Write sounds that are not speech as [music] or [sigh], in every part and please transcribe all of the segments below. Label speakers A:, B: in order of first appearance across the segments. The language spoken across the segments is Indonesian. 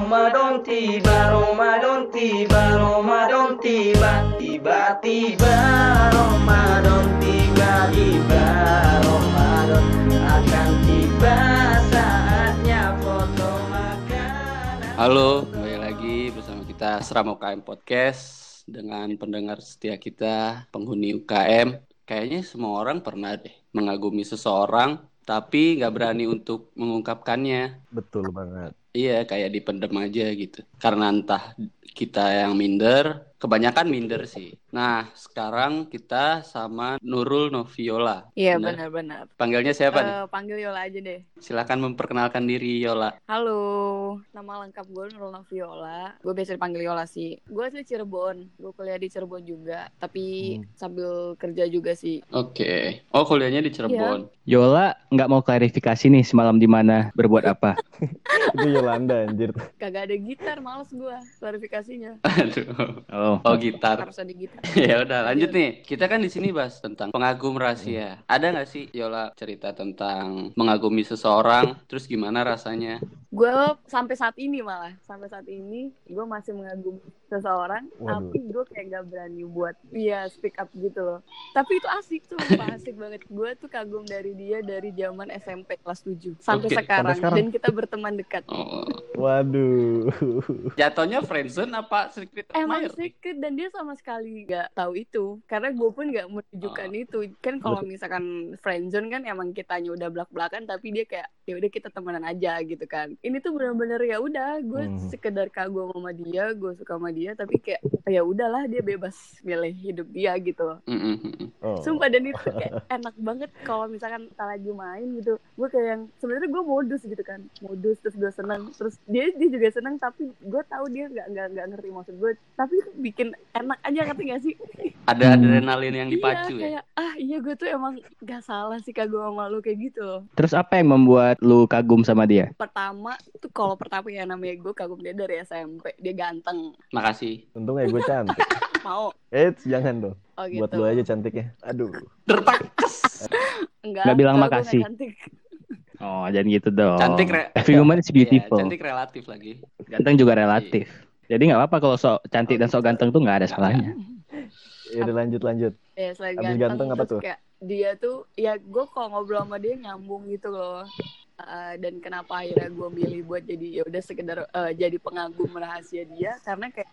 A: Ramadan tiba, Ramadan tiba, Ramadan tiba, tiba-tiba Ramadan tiba-tiba Ramadan akan tiba saatnya foto makanan.
B: Halo, kembali lagi bersama kita Seram UKM Podcast dengan pendengar setia kita, penghuni UKM. Kayaknya semua orang pernah deh mengagumi seseorang, tapi nggak berani untuk mengungkapkannya.
C: Betul banget.
B: Iya, kayak dipendem aja gitu. Karena entah kita yang minder, kebanyakan minder sih. Nah, sekarang kita sama Nurul Noviola.
D: Iya
B: Bener.
D: benar-benar.
B: Panggilnya siapa nih?
D: Eh, panggil Yola aja deh.
B: Silakan memperkenalkan diri Yola.
D: Halo, nama lengkap gue Nurul Noviola. Gue biasa dipanggil Yola sih. Gue asli Cirebon. Gue kuliah di Cirebon juga, tapi
C: Hmm.
D: sambil kerja juga sih.
B: Oke. Oh, kuliahnya di Cirebon.
E: Yola nggak mau klarifikasi nih semalam di mana berbuat apa.
C: Itu Yolanda anjir.
D: Kagak ada gitar, males gue klarifikasinya.
B: [laughs] Aduh.
E: Oh,
B: Oh, gitar.
D: Harus ada gitar.
B: [laughs] ya udah lanjut nih kita kan di sini bahas tentang pengagum rahasia ada nggak sih Yola cerita tentang mengagumi seseorang terus gimana rasanya
D: Gue sampai saat ini malah, sampai saat ini gue masih mengagumi seseorang,
C: Waduh.
D: tapi gue kayak gak berani buat Iya speak up gitu loh. Tapi itu asik tuh,
B: [laughs]
D: sumpah asik banget. Gue tuh kagum dari dia dari zaman SMP kelas
B: Oke,
D: 7 sampai,
B: sampai
D: sekarang.
C: sekarang.
D: dan kita berteman dekat.
B: oh.
C: Waduh.
B: jatuhnya friendzone apa secret
D: Emang
B: admirer nih?
D: secret dan dia sama sekali nggak tahu itu karena gue pun nggak menunjukkan itu kan kalau misalkan friendzone kan emang kitanya udah belak belakan tapi dia kayak ya udah kita temenan aja gitu kan ini tuh bener-bener ya udah gue
C: Hmm.
D: sekedar kagum sama dia gue suka sama dia tapi kayak ya udahlah dia bebas milih hidup dia gitu loh
B: Mm, mm, mm.
C: Oh.
D: Sumpah dan itu kayak enak banget kalau misalkan kita lagi main gitu. Gue kayak yang sebenarnya gue modus gitu kan, modus terus gue seneng, terus dia dia juga seneng tapi gue tahu dia nggak nggak nggak ngerti maksud gue. Tapi itu bikin enak aja ngerti gak sih?
B: ada
E: Hmm.
B: adrenalin yang dipacu ya?
D: iya, kayak ah iya gue tuh emang gak salah sih kagum sama lu kayak gitu loh.
E: terus apa yang membuat lu kagum sama dia?
D: Pertama tuh kalau pertama ya namanya gue kagum dia dari SMP, dia ganteng,
B: ya makasih
C: Untung ya gue cantik.
D: mau.
C: Eits, jangan dong.
D: Oh gitu.
C: Buat lu aja cantiknya. Aduh.
B: terpakas
D: Enggak,
E: Nggak bilang
D: kalau gue nggak
E: makasih.
D: cantik.
E: Oh, jangan gitu dong.
B: Cantik, Re.
E: Every woman is [laughs] beautiful.
B: Iya, cantik relatif lagi
E: Ganteng juga relatif. Jadi nggak apa-apa kalau sok cantik dan sok ganteng tuh nggak ada salahnya.
C: Ya udah lanjut lanjut.
D: Ya selain
C: Abis ganteng apa
D: terus
C: tuh?
D: Kayak dia tuh ya gue kalau ngobrol sama dia nyambung gitu loh. Eh, dan kenapa akhirnya gue milih buat jadi ya udah sekedar eh, jadi pengagum rahasia dia karena kayak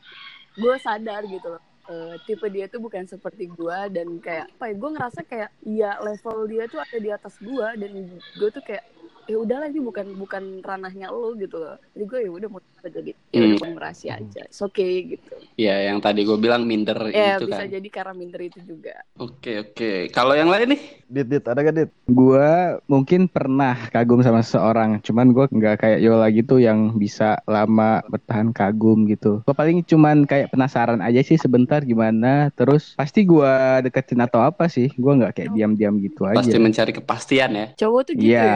D: gue sadar gitu loh. Eh, tipe dia tuh bukan seperti gue dan kayak apa ya gue ngerasa kayak ya level dia tuh ada di atas gue dan gue tuh kayak ya udahlah ini bukan bukan ranahnya lo gitu loh jadi gue ya udah mau jadi ya udah
B: Hmm.
D: pengagum rahasia aja it's okay gitu
B: Iya, yang tadi gue bilang minder
D: ya
B: itu kan.
D: bisa jadi karena minder itu juga
B: Oke, oke. Kalau yang lain nih?
C: Dit dit ada gak dit?
E: Gua mungkin pernah kagum sama seseorang, cuman gua nggak kayak Yola gitu yang bisa lama bertahan kagum gitu. Gua paling cuman kayak penasaran aja sih sebentar gimana, terus pasti gua deketin atau apa sih? Gua nggak kayak diam-diam gitu aja.
B: Pasti mencari kepastian ya?
D: cowok tuh gitu ya
E: Iya,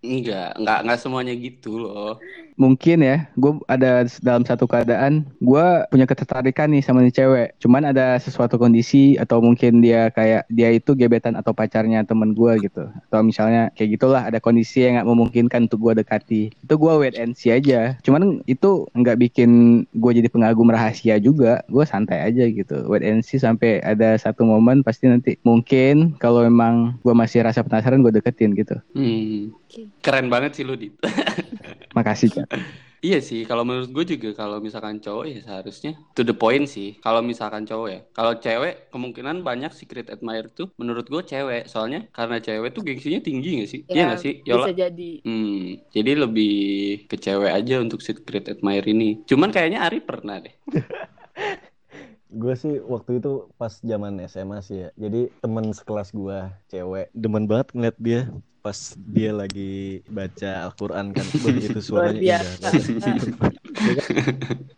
B: Enggak, enggak enggak semuanya gitu loh.
E: mungkin ya. Gue ada dalam satu keadaan, gue punya ketertarikan nih sama nih cewek. Cuman ada sesuatu kondisi atau mungkin dia kayak dia itu gebetan atau pacarnya temen gue gitu. Atau misalnya kayak gitulah ada kondisi yang nggak memungkinkan untuk gue dekati. Itu gue wait and see aja. Cuman itu nggak bikin gue jadi pengagum rahasia juga. Gue santai aja gitu. Wait and see sampai ada satu momen pasti nanti mungkin kalau memang gue masih rasa penasaran gue deketin gitu.
B: Hmm.
D: Oke.
B: Keren banget sih lu, Dit.
E: Makasih. Cak.
B: [laughs] Iya sih, kalau menurut gue juga kalau misalkan cowok ya seharusnya to the point sih. Kalau misalkan cowok ya, kalau cewek kemungkinan banyak secret admirer tuh menurut gue cewek. Soalnya karena cewek tuh gengsinya tinggi gak sih? Iya
D: Ya,
B: gak sih? Yola?
D: Bisa jadi.
B: Hmm, jadi lebih ke cewek aja untuk secret admirer ini. Cuman kayaknya Ari pernah deh.
C: Gue sih waktu itu pas zaman SMA sih ya. Jadi temen sekelas gue cewek demen banget ngeliat dia pas dia lagi baca Al-Quran kan [laughs] begitu
D: Luar
C: suaranya indah.
D: biasa.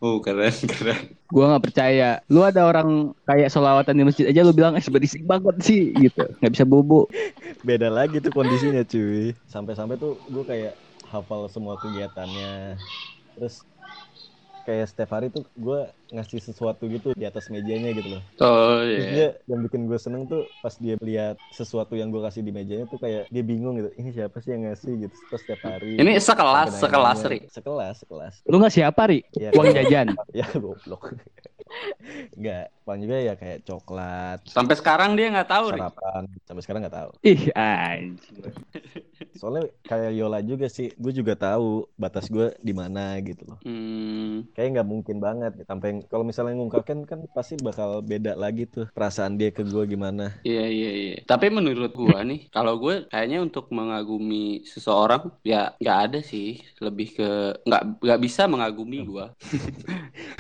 B: Oh, keren, [laughs] keren.
E: Gua nggak percaya. Lu ada orang kayak solawatan di masjid aja lu bilang eh berisik banget sih gitu. Nggak bisa bobo.
C: [laughs] Beda lagi tuh kondisinya cuy. Sampai-sampai tuh gue kayak hafal semua kegiatannya. Terus kayak setiap hari tuh gue ngasih sesuatu gitu di atas mejanya gitu loh.
B: Oh
C: Terus
B: iya.
C: dia yang bikin gue seneng tuh pas dia lihat sesuatu yang gue kasih di mejanya tuh kayak dia bingung gitu. Ini siapa sih yang ngasih gitu terus setiap hari.
B: Ini sekelas,
C: sampai
B: sekelas
C: nanya-nanya.
B: Ri.
C: Sekelas, sekelas.
E: Lu nggak siapa Ri?
C: Ya,
E: Uang
D: [laughs]
E: jajan.
C: [laughs] ya goblok. [laughs] Enggak, paling juga ya kayak coklat,
B: Sampai sekarang dia nggak tahu Oh, Ri.
C: sarapan. Sampai sekarang nggak tahu.
E: Ih, anjing.
C: Soalnya kayak Yola juga sih, gue juga tahu batas gue di mana gitu loh.
B: Hmm,
C: Kayak nggak mungkin banget. Sampai kalau misalnya ngungkapin kan pasti bakal beda lagi tuh perasaan dia ke gue
B: [laughs]
C: gimana.
B: iya iya iya. Tapi menurut gua nih, kalau gue kayaknya untuk mengagumi seseorang ya nggak ada sih. Lebih ke nggak nggak bisa mengagumi gua.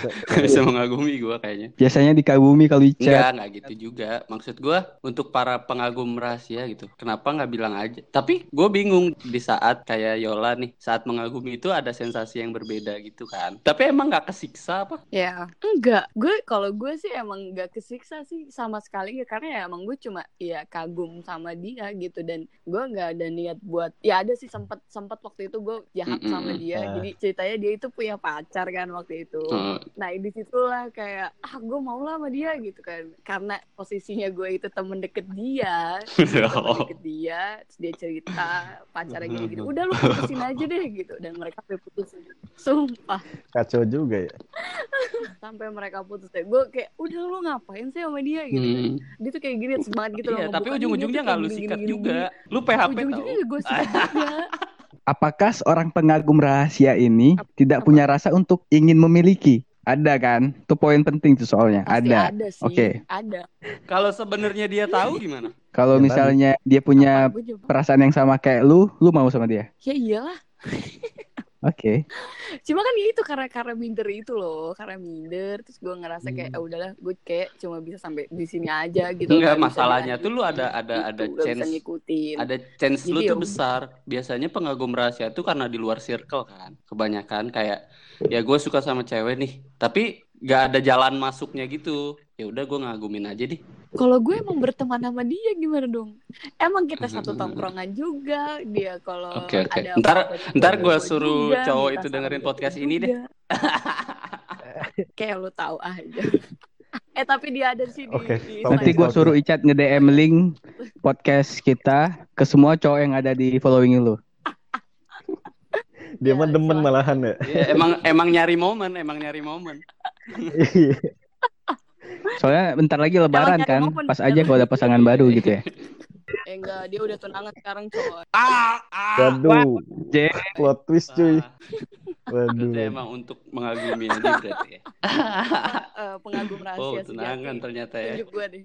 B: Nggak bisa mengagumi gua kayaknya.
E: Biasanya dikagumi kalau di chat.
B: Enggak, enggak gitu juga. Maksud gua untuk para pengagum rahasia gitu. Kenapa nggak bilang aja? Tapi gue bingung di saat kayak Yola nih, saat mengagumi itu ada sensasi yang berbeda gitu kan. Tapi emang nggak kesiksa apa?
D: Ya, enggak. Gue kalau gue sih emang enggak kesiksa sih sama sekali enggak karena ya emang gue cuma ya kagum sama dia gitu dan gue enggak ada niat buat ya ada sih sempet sempet waktu itu gue jahat
B: Mm-mm. Iya.
D: sama dia.
C: Ah.
D: Jadi ceritanya dia itu punya pacar kan waktu itu.
B: Eh, [laughs]
D: Nah, di situlah kayak ah gue mau lah sama dia gitu kan. Karena posisinya gue itu temen deket
B: [laughs]
D: dia,
B: Gitu
D: temen
B: Oh.
D: deket dia, terus dia cerita pacarnya gini gini.
B: Mm-hmm.
D: Udah lu putusin aja deh gitu dan mereka sampai putus. Sumpah
C: Kacau juga ya.
D: sampai mereka putus deh gue kayak udah lu ngapain sih sama dia gitu kan.
B: Hmm.
D: dia tuh kayak gini semangat gitu
B: Iya,
D: loh
B: tapi
D: ngebuka,
B: ujung-ujungnya
D: dia tuh
B: nggak
D: kayak
B: lu
D: gini,
B: sikat
D: gini, gini,
B: juga.
D: gini.
B: Lu PHP tau.
D: ujung-ujungnya gue sikat
B: [laughs]
D: juga
E: Apakah seorang pengagum rahasia ini tidak
D: apa?
E: punya rasa untuk ingin memiliki? Ada kan? Itu poin penting tuh soalnya.
D: pasti
E: ada.
D: ada, sih
E: Oke.
D: ada
B: Kalau sebenarnya dia tahu gimana?
E: Kalau
C: Ya,
E: misalnya dia punya
D: Apa, gua juga-
E: perasaan yang sama kayak lu, lu mau sama dia?
D: ya iyalah
E: Oke.
D: cuma kan ya itu karena karena minder itu loh karena minder terus gue ngerasa
E: Hmm.
D: kayak ah, udahlah gue kayak cuma bisa sampai di sini aja gitu
B: Enggak,
D: Nggak bisa
B: masalahnya tuh lu ada-
D: dilanjutin
B: ada- ada
D: gitu, nggak bisa
B: chance.
D: ngikutin
B: Ada chance lu tuh
D: Jadi ya udah.
B: besar. Biasanya pengagum rahasia tuh karena di luar circle kan. Kebanyakan kayak ya gue suka sama cewek nih, tapi nggak ada jalan masuknya gitu. Ya udah gue ngagumin aja deh.
D: Kalau gue emang berteman sama dia gimana dong? Emang kita satu tongkrongan juga. Dia kalau
B: Hmm, Oke, oke.
D: ada
B: Ntar-
D: apa-apa
B: ntar
D: juga,
B: gue suruh
D: juga,
B: cowok
D: minta
B: itu
D: saran
B: dengerin
D: gue
B: podcast
D: juga.
B: ini
E: [laughs]
B: deh.
D: Kayak lu tahu aja. eh tapi dia ada sih di,
C: Oke,
D: di
C: oke.
E: Nanti
D: Instagram.
E: gua suruh Icat nge-DM link podcast kita ke semua cowok yang ada di following lu.
D: Ya,
C: Dia mah
D: silakan.
C: demen malahan ya.
B: Ya, [laughs] emang emang nyari momen, emang nyari momen.
C: Iya.
E: Soalnya bentar lagi lebaran
D: nyari
E: kan,
D: momen,
E: pas
D: jangan
E: aja kalau ada pasangan baru gitu ya.
D: Eh enggak, dia udah tunangan sekarang cowok.
B: Ah, ah.
C: Waduh,
E: J,
C: plot twist
B: Ah,
C: cuy. Waduh.
B: berarti emang untuk mengagumi aja berarti ya.
D: [laughs] Eh, pengagum rahasia
B: Oh,
D: sejati.
B: tunangan ternyata ya.
D: Tunjuk gue deh.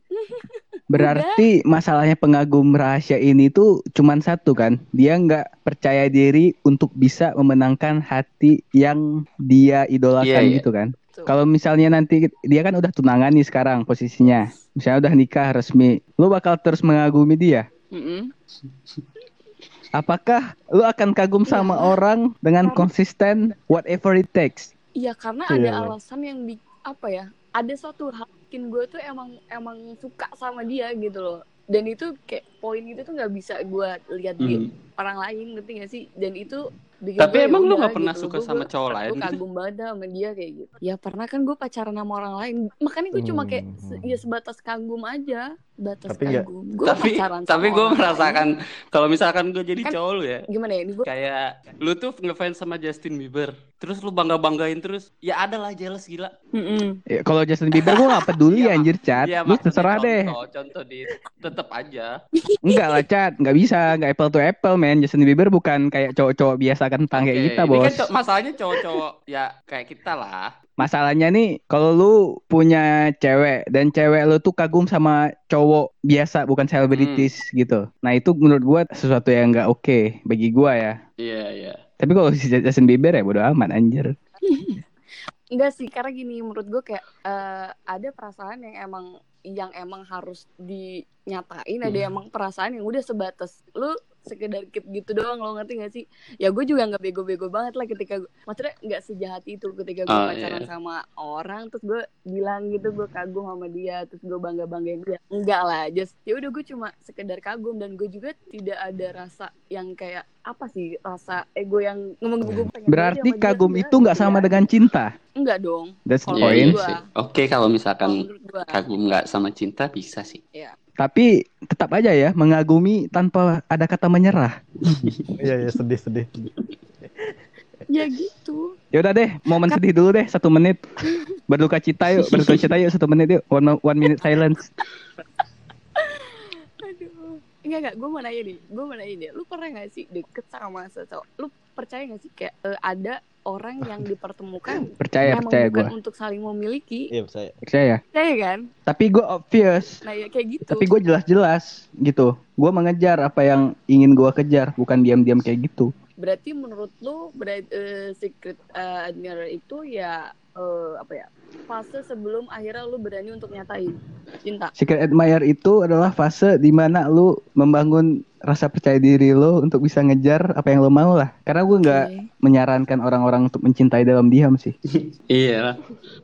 E: berarti masalahnya pengagum rahasia ini tuh cuman satu kan. Dia nggak percaya diri untuk bisa memenangkan hati yang dia idolakan
B: Iya, iya.
E: gitu kan.
D: Tuh.
E: Kalau misalnya nanti dia kan udah tunangan nih sekarang posisinya. Misalnya udah nikah resmi, lu bakal terus mengagumi dia.
D: Mm-mm.
E: Apakah lu akan kagum sama orang dengan konsisten whatever it takes?
D: Iya karena
C: Iya,
D: ada
C: Bang.
D: alasan yang bi- apa ya? Ada satu hal yang bikin gue tuh emang emang suka sama dia gitu loh. Dan itu kayak poin itu tuh nggak bisa gue lihat
C: Hmm.
D: di orang lain ngerti gak sih? Dan itu bikin
B: Tapi
D: gue
B: emang lu
D: yaudah
B: nggak pernah
D: gitu loh.
B: suka
D: Gue-
B: sama
D: gue-
B: cowok lain
D: Gue
B: gitu?
D: kagum banget dah sama dia kayak gitu. Ya pernah kan gue pacaran sama orang lain. Makanya gue cuma kayak
C: Hmm.
D: se- ya sebatas kagum aja, batas
C: Tapi nggak-
D: kagum. Gue
B: tapi
D: pacaran sama
B: tapi gue
D: orang
B: merasakan kalau misalkan gue jadi
D: Kan-
B: cowok lu ya
D: lain. gimana ya ini gue
B: kayak lu tuh ngefans sama Justin Bieber terus lu bangga banggain terus ya adalah jealous gila hmm.
D: Mm-mm.
E: Ya, Kalau Justin Bieber gue gak peduli
B: Iya,
E: anjir Chat.
B: Iya,
E: lu
B: maksudnya
E: terserah deh.
B: contoh, contoh di tetep aja
E: Enggak lah Chat, nggak bisa, nggak apple to apple men. Justin Bieber bukan kayak cowok-cowok biasa kentang kayak
B: Oke,
E: kita,
B: ini
E: Bos.
B: kan co- masalahnya cowok-cowok ya kayak kita lah
E: Masalahnya nih, kalau lu punya cewek dan cewek lu tuh kagum sama cowok biasa, bukan selebritis
B: Hmm.
E: gitu. Nah itu menurut gua sesuatu yang nggak oke bagi gua ya.
B: iya iya
E: Tapi kalau si Justin Bieber ya bodo amat
D: Iya,
E: anjir.
D: Enggak sih, karena gini menurut gue kayak eh, ada perasaan yang emang
E: Hmm.
D: yang emang harus dinyatain, ada emang perasaan yang udah sebatas lu sekedar keep gitu doang lo ngerti gak sih ya gue juga nggak bego-bego banget lah ketika gua, maksudnya nggak sejahat itu ketika gue
E: iya,
B: Oh,
D: pacaran sama orang terus gue bilang gitu gue kagum sama dia terus gue bangga banggain dia enggak lah just ya udah gue cuma sekedar kagum dan gue juga tidak ada rasa yang kayak apa sih rasa ego yang ngomong gue pengen
E: Berarti
D: jadi sama dia, iya.
E: kagum
D: sebenarnya
E: itu nggak sama
D: enggak. ya.
E: dengan cinta.
D: enggak dong
E: That's the
B: Iya, iya
D: Kalau
E: point.
D: gua-
B: sih. Oke kalau
E: Kan
D: kalau
B: misalkan
D: menurut gue
B: kagum nggak sama cinta bisa sih.
E: Tapi tetap aja ya mengagumi tanpa ada kata menyerah.
C: Iya ya sedih sedih.
D: ya gitu
E: Ya udah deh, momen sedih dulu deh satu menit. Berduka cita
D: [laughs]
E: yuk, berduka cita yuk satu menit yuk. One, one minute silence.
D: aduh enggak enggak gue mau nanya nih gue mau nanya deh lu pernah nggak sih deket sama seseorang lu percaya nggak sih kayak eh, ada orang yang dipertemukan
E: Percaya,
D: emang
E: percaya
D: bukan
E: gue,
D: untuk saling memiliki
C: Iya saya.
E: percaya.
D: percaya kan
E: Tapi gue obvious.
D: nah ya kayak gitu
E: Tapi gue jelas-jelas gitu. Gue mengejar apa yang ingin gue kejar, bukan diam-diam kayak gitu.
D: berarti menurut lu berarti eh, secret eh, admirer itu ya eh, apa ya fase sebelum akhirnya lu berani untuk nyatain cinta
E: Secret admire itu adalah fase di mana lu membangun rasa percaya diri lo untuk bisa ngejar apa yang lo mau lah. Karena gue nggak
D: Oke.
E: menyarankan orang-orang untuk mencintai dalam diam sih.
B: Iya lah.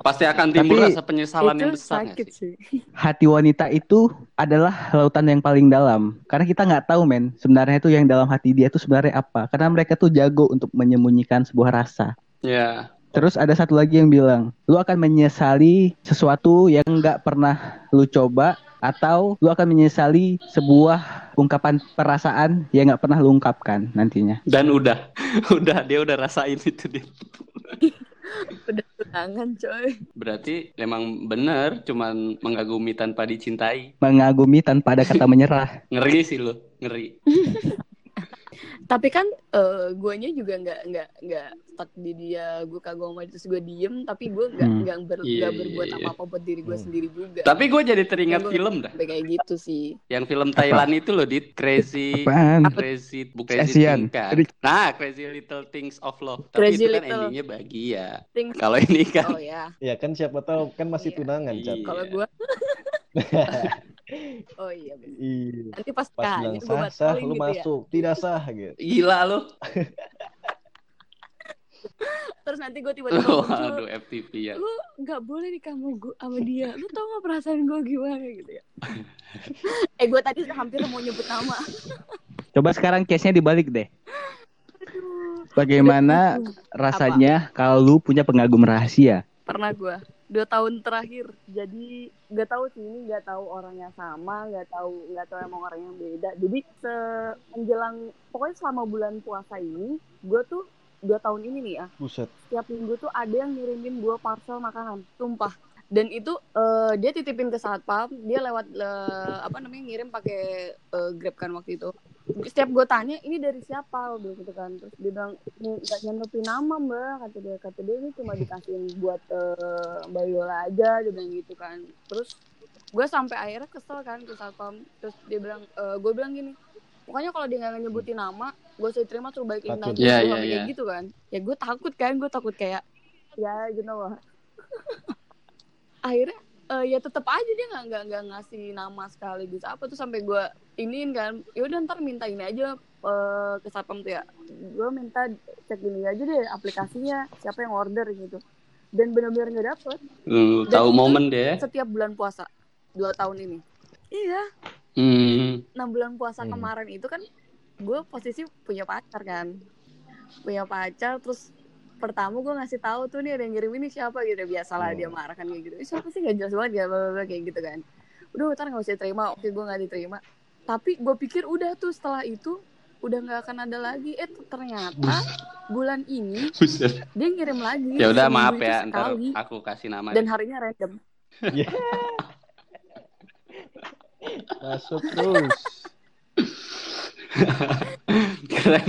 B: Pasti akan timbul
E: Tapi-
B: rasa penyesalan
D: itu
B: yang besar nggak
D: sakit
B: sih?
D: sih
E: Hati wanita itu adalah lautan yang paling dalam. Karena kita nggak tahu men, sebenarnya itu yang dalam hati dia tuh sebenarnya apa. Karena mereka tuh jago untuk menyembunyikan sebuah rasa.
B: Iya.
E: Terus ada satu lagi yang bilang, lu akan menyesali sesuatu yang nggak pernah lu coba atau lu akan menyesali sebuah ungkapan perasaan yang nggak pernah lu ungkapkan nantinya.
B: Dan udah, [laughs] udah dia udah rasain itu dia.
D: pedas tangan coy
B: Berarti emang bener, cuman mengagumi tanpa dicintai.
E: Mengagumi tanpa ada kata menyerah.
B: Ngeri sih lo, ngeri.
D: tapi kan eh guanya juga nggak nggak nggak stuck di dia gue kagum sama dia, terus gue diem tapi gue nggak
E: Hmm.
D: nggak
B: Iya,
D: ber- nggak
B: iya,
D: berbuat
B: iya.
D: apa-apa buat diri gue
C: Hmm.
D: sendiri juga
B: Tapi gue jadi teringat
D: Gua-
B: film dah,
D: Sampai kayak gitu sih
B: yang film Thailand itu loh, dit crazy.
E: Apaan?
B: Crazy, bu crazy
E: Asian.
B: Thing kan.
E: Crazy-
B: Nah, Crazy Little Things of Love. Tapi itu
D: Crazy
B: kan
D: Little-
B: endingnya bahagia.
D: Things-
B: Kalau ini kan,
D: oh ya
C: Ya kan siapa tahu kan masih
D: Iya.
C: tunangan cat.
B: Iya.
D: kalau gue oh iya bener.
C: [laughs] Iya.
D: nanti pas
B: Nah,
C: Pas
D: kayaknya
C: bilang
D: gue
C: sah sah
D: batalin gitu
C: lu
D: ya
C: masuk tidak sah gitu.
B: gila lo.
D: terus nanti gue
B: [laughs]
D: tiba-tiba muncul
B: Waduh, FTP ya.
D: lu nggak boleh nih kamu gue sama dia lu tau gak perasaan gue gimana gitu ya eh gue tadi hampir mau nyebut nama
E: Coba sekarang case-nya dibalik deh.
D: Aduh.
E: Bagaimana rasanya kalau lu punya pengagum rahasia?
D: pernah gue dua tahun terakhir jadi nggak tahu sih ini nggak tahu orangnya sama nggak tahu nggak tahu emang orang yang beda jadi se menjelang pokoknya selama bulan puasa ini gue tuh dua tahun ini nih ya
C: [laughs] Buset.
D: setiap minggu tuh ada yang ngirimin gue parcel makanan tumpah dan itu eh, dia titipin ke satpam dia lewat eh, apa namanya ngirim pakai eh, grab kan waktu itu setiap gue tanya ini dari siapa lo bilang gitu kan terus dia bilang "Ini nggak nyantumin nama mbak kata dia kata dia ini cuma dikasihin buat eh, mbak Yola aja dia bilang gitu kan terus gue sampai akhirnya kesel kan ke satpam terus dia bilang eh, gue bilang gini pokoknya kalau dia nggak nyebutin nama gue usah diterima suruh balikin
C: Takut.
B: Iya,
D: lagi Gua
B: iya,
D: bilang kayak
B: iya.
D: gitu kan ya gue takut kan gue takut kayak ya you know lah [laughs] akhirnya eh, ya tetap aja dia nggak nggak nggak ngasih nama sekali gitu apa tuh sampai gue iniin kan yaudah ntar minta ini aja eh, ke satpam tuh ya gue minta cek ini aja deh aplikasinya siapa yang order gitu dan benar-benar nggak dapet
B: Lu Hmm, tahu
D: Dan-
B: momen deh.
D: setiap bulan puasa dua tahun ini iya
B: Hmm.
D: nah bulan puasa
C: Hmm.
D: kemarin itu kan gue posisi punya pacar kan punya pacar terus pertama gue ngasih tahu tuh nih ada yang ngirim ini siapa gitu biasalah
C: Hmm.
D: dia marah kan kayak gitu "Ih, siapa sih gak jelas banget ya bla, bla, bla," kayak gitu kan udah ntar nggak usah terima oke gue nggak diterima tapi gue pikir udah tuh setelah itu udah nggak akan ada lagi eh ternyata bulan ini
B: Buset.
D: dia ngirim lagi
B: Ya udah
D: seminggu
B: maaf
D: itu
B: ya, ntar
D: sekali.
B: aku kasih nama.
D: dan harinya random
C: Masuk terus.
B: [laughs] keren.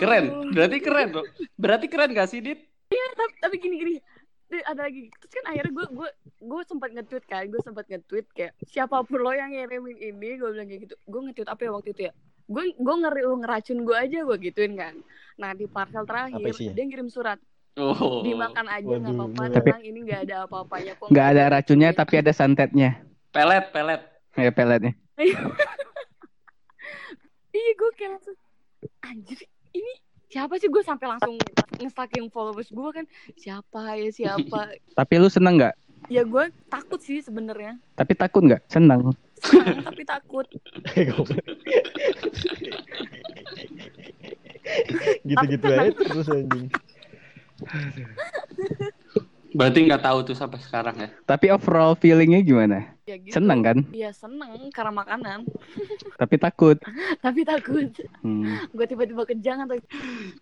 B: Keren. Berarti keren, Bro. Berarti keren gak sih, Dit?
D: tapi, tapi gini gini Di- ada lagi terus kan akhirnya gue gue gue sempat nge-tweet kan gue sempat nge-tweet kayak siapapun lo yang ngirimin ini gue bilang kayak gitu gue nge-tweet apa ya waktu itu ya gue gue ngeri lu ngeracun gue aja gue gituin kan nah di parcel terakhir
C: Apa isinya?
D: dia ngirim surat
B: Oh.
D: dimakan aja nggak
C: Waduh,
D: apa-apa
C: waduh.
D: tenang ini nggak ada apa-apanya kok
E: Nggak ada racunnya tapi ada santetnya.
B: Pelet, pelet.
E: Ya peletnya.
D: Iya iya gue kayak langsung anjir ini siapa sih gue sampai langsung nge-stalking followers gue kan siapa ya siapa
E: Tapi lu seneng nggak?
D: ya gue takut sih sebenarnya [laughs]
E: Tapi takut nggak? Seneng.
D: Senang, tapi takut
C: Iya, Gitu-gitu aja terus anjing.
B: Berarti nggak tahu tuh sampai sekarang ya.
E: Tapi overall feelingnya gimana?
D: ya gitu
E: Seneng kan?
D: ya seneng karena makanan [laughs]
E: Tapi takut.
D: tapi takut
E: Hmm.
D: gue tiba-tiba kejang atau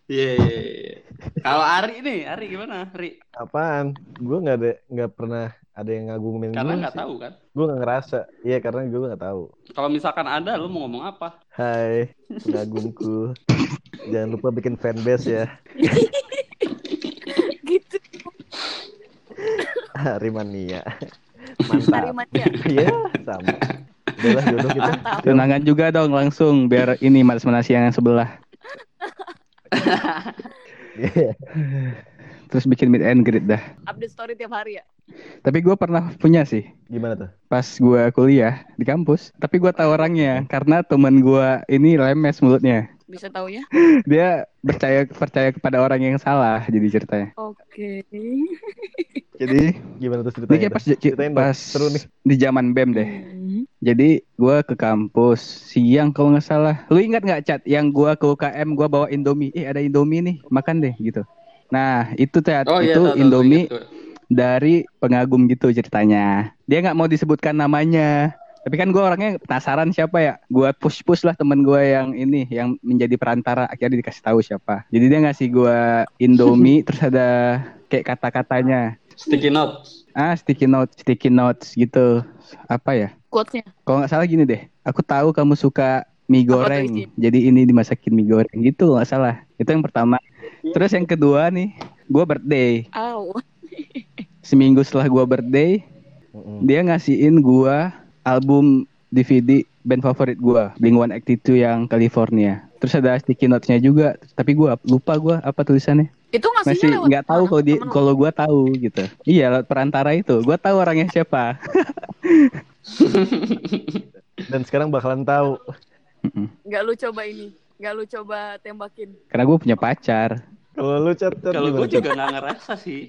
B: Iya, iya, iya. Kalau Ari nih, Ari gimana? Ari,
C: Apaan? Gue nggak ada nggak pernah ada yang ngagumin
B: karena
C: gue
B: nggak
C: Iya sih.
B: tahu kan.
C: Gue nggak ngerasa. Iya karena gue nggak tahu.
B: Kalau misalkan ada, lu mau ngomong apa? [laughs]
C: Hai pengagumku. Jangan lupa bikin fanbase ya.
D: gitu
C: [laughs] Harimania.
D: Tari
C: Mantap.
E: Nah.
D: [laughs] mania
C: Iya sama. Udah jodoh kita.
D: Mantap.
E: Tunangan juga dong langsung biar ini malas manasian yang sebelah.
C: [laughs] Iya.
E: Terus bikin meet and greet dah.
D: update story tiap hari ya
E: Tapi gue pernah punya sih
C: Gimana tuh?
E: pas gue kuliah di kampus. Tapi gue tahu orangnya karena temen gue ini lemes mulutnya.
D: bisa taunya
E: Dia percaya percaya kepada orang yang salah jadi ceritanya.
D: oke
E: Jadi
C: Gimana tuh
E: ini
C: ceritanya?
E: kayak
C: tuh?
E: pas, ci-
C: Ceritain dong.
E: pas
C: Seru nih.
E: di zaman BEM deh.
D: Hmm.
E: Jadi gua ke kampus siang kalau nggak salah. Lu ingat nggak Cat yang gua ke UKM gua bawa Indomie. Eh ada Indomie nih, makan deh gitu. Nah, itu Cat,
B: Oh, iya,
E: itu Indomie dari pengagum gitu ceritanya. Dia nggak mau disebutkan namanya. Tapi kan gua orangnya penasaran siapa ya. Gua push-push lah temen gua yang ini yang menjadi perantara akhirnya dikasih tahu siapa. Jadi dia ngasih gua Indomie terus ada kayak kata-katanya.
B: Sticky note.
E: Ah, sticky notes, sticky notes gitu. Apa ya?
D: quotesnya
E: Kalau nggak salah gini deh, aku tahu kamu suka mie
D: Apa tuh
E: goreng,
D: isinya?
E: jadi ini dimasakin mie goreng gitu kalau nggak salah. Itu yang pertama. Terus yang kedua nih, gue birthday.
D: aw
E: Seminggu setelah gue birthday,
C: Mm-mm.
E: dia ngasihin gue album DVD band favorit gue, Blink-182 yang California. Terus ada sticky notes-nya juga, tapi gue lupa gue apa tulisannya
D: itu ngasihnya
E: masih
D: lewat
E: nggak tahu
D: mana?
E: kalau di
D: Temen lo?
E: kalau gue tahu gitu iya lewat perantara itu gue tahu orangnya siapa
C: Dan sekarang bakalan tahu.
D: nggak lu coba ini nggak lu coba tembakin
E: karena gue punya pacar
C: Kalau lu chat Cat,
B: Kalau
C: gimana,
B: gue
C: Cat?
B: juga nggak ngerasa sih.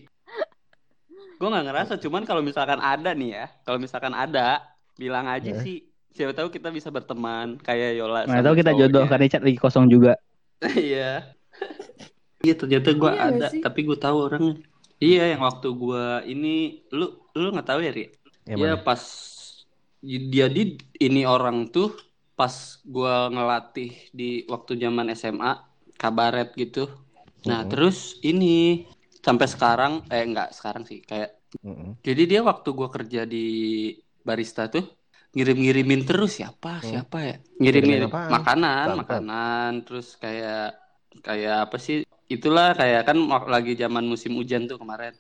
B: Gue nggak ngerasa, cuman kalau misalkan ada nih ya, kalau misalkan ada, bilang aja
C: Eh.
B: sih. Siapa tahu kita bisa berteman kayak Yola.
E: Iya. nggak
B: sama
E: tahu kita
B: cowoknya.
E: jodoh
D: ya.
E: kan karena chat lagi kosong juga
B: Iya. Iya ternyata gue
D: Iya nggak
B: ada,
D: sih?
B: tapi gue tahu orangnya. Iya yang waktu gue ini, lu lu nggak tahu ya Ri?
C: Ya,
B: Iya
C: mana?
B: pas jadi ini orang tuh pas gua ngelatih di waktu zaman SMA kabaret gitu. Nah,
C: Mhm.
B: terus ini sampai sekarang eh enggak sekarang sih kayak
C: Mm-mm.
B: jadi dia waktu gua kerja di barista tuh ngirim-ngirimin terus siapa
C: Hmm.
B: siapa ya? Ngirim-ngirim
C: Ngirimin apaan?
B: makanan,
C: Mantap.
B: makanan terus kayak kayak apa sih? Itulah kayak kan lagi zaman musim hujan tuh kemarin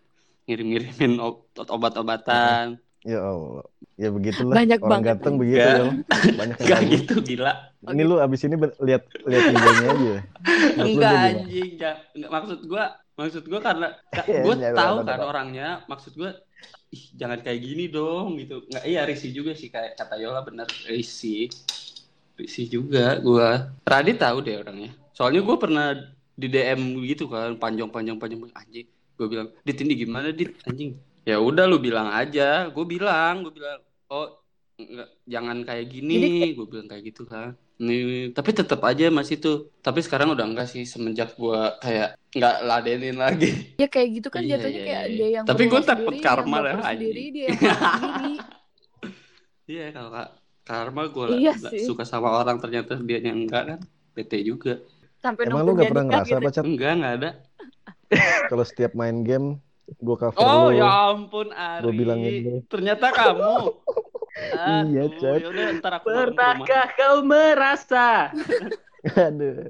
B: ngirim-ngirimin ob- obat-obatan.
C: Ya Allah. Ya begitulah.
D: Banyak
C: Orang
D: banget.
C: ganteng begitu
B: Nggak.
C: ya. Banyak yang
B: Gak
C: ngagum.
B: gitu gila.
C: Ini lu abis ini ben- lihat lihat videonya aja. Menurut lu
B: Enggak
C: dia gimana?
B: anjing, enggak. Enggak maksud gua, maksud gua
C: [laughs]
B: karena ka-
C: Iya,
B: gua
C: iya,
B: tahu
C: iya,
B: kan
C: iya.
B: orangnya, maksud gua ih jangan kayak gini dong gitu. Enggak iya risi juga sih kayak kata Yola bener risi. Risi juga gua. Radit tahu deh orangnya. Soalnya gua pernah di DM gitu kan panjang-panjang panjang panjang. anjing. Gua bilang, "Dit ini gimana, Dit?" Anjing. Ya udah lu bilang aja. Gua bilang, gua bilang, "Oh, enggak, jangan kayak gini." Gua bilang kayak gitu kan. Nih, tapi tetap aja masih tuh. Tapi sekarang udah enggak sih semenjak gua kayak nggak ladenin lagi. [laughs]
D: ya kayak gitu kan
B: Iya,
D: jatuhnya
B: iya,
D: kayak
B: iya.
D: dia yang
B: Tapi
D: berubah
B: gua takut
D: sendiri,
B: karma
D: yang
B: lah,
D: baper sendiri
B: anjing.
D: dia yang marah
B: [laughs]
D: sendiri
B: Iya kalau Kak Karma gua
D: Iya
B: la-
D: sih.
B: suka sama orang ternyata dia yang enggak kan. PT juga.
D: sampai
C: Emang lu
D: nunggu
C: gak
D: dia
C: pernah
D: nikah
C: ngerasa
D: gitu.
C: apa Cat?
B: Enggak, enggak ada.
C: Kalau setiap main game gue cover
B: Oh,
C: lu.
B: ya ampun Ari.
C: Gua bilangin lu.
B: Ternyata kamu. Aduh,
C: [laughs] Iya, Cak.
B: yaudah, ntar aku pulang ke rumah.
A: Pernahkah kau merasa
C: [laughs] Aduh.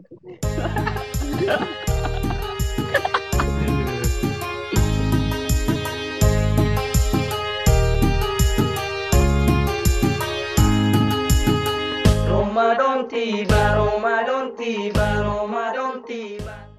A: Ramadan tiba, Ramadan tiba, Ramadan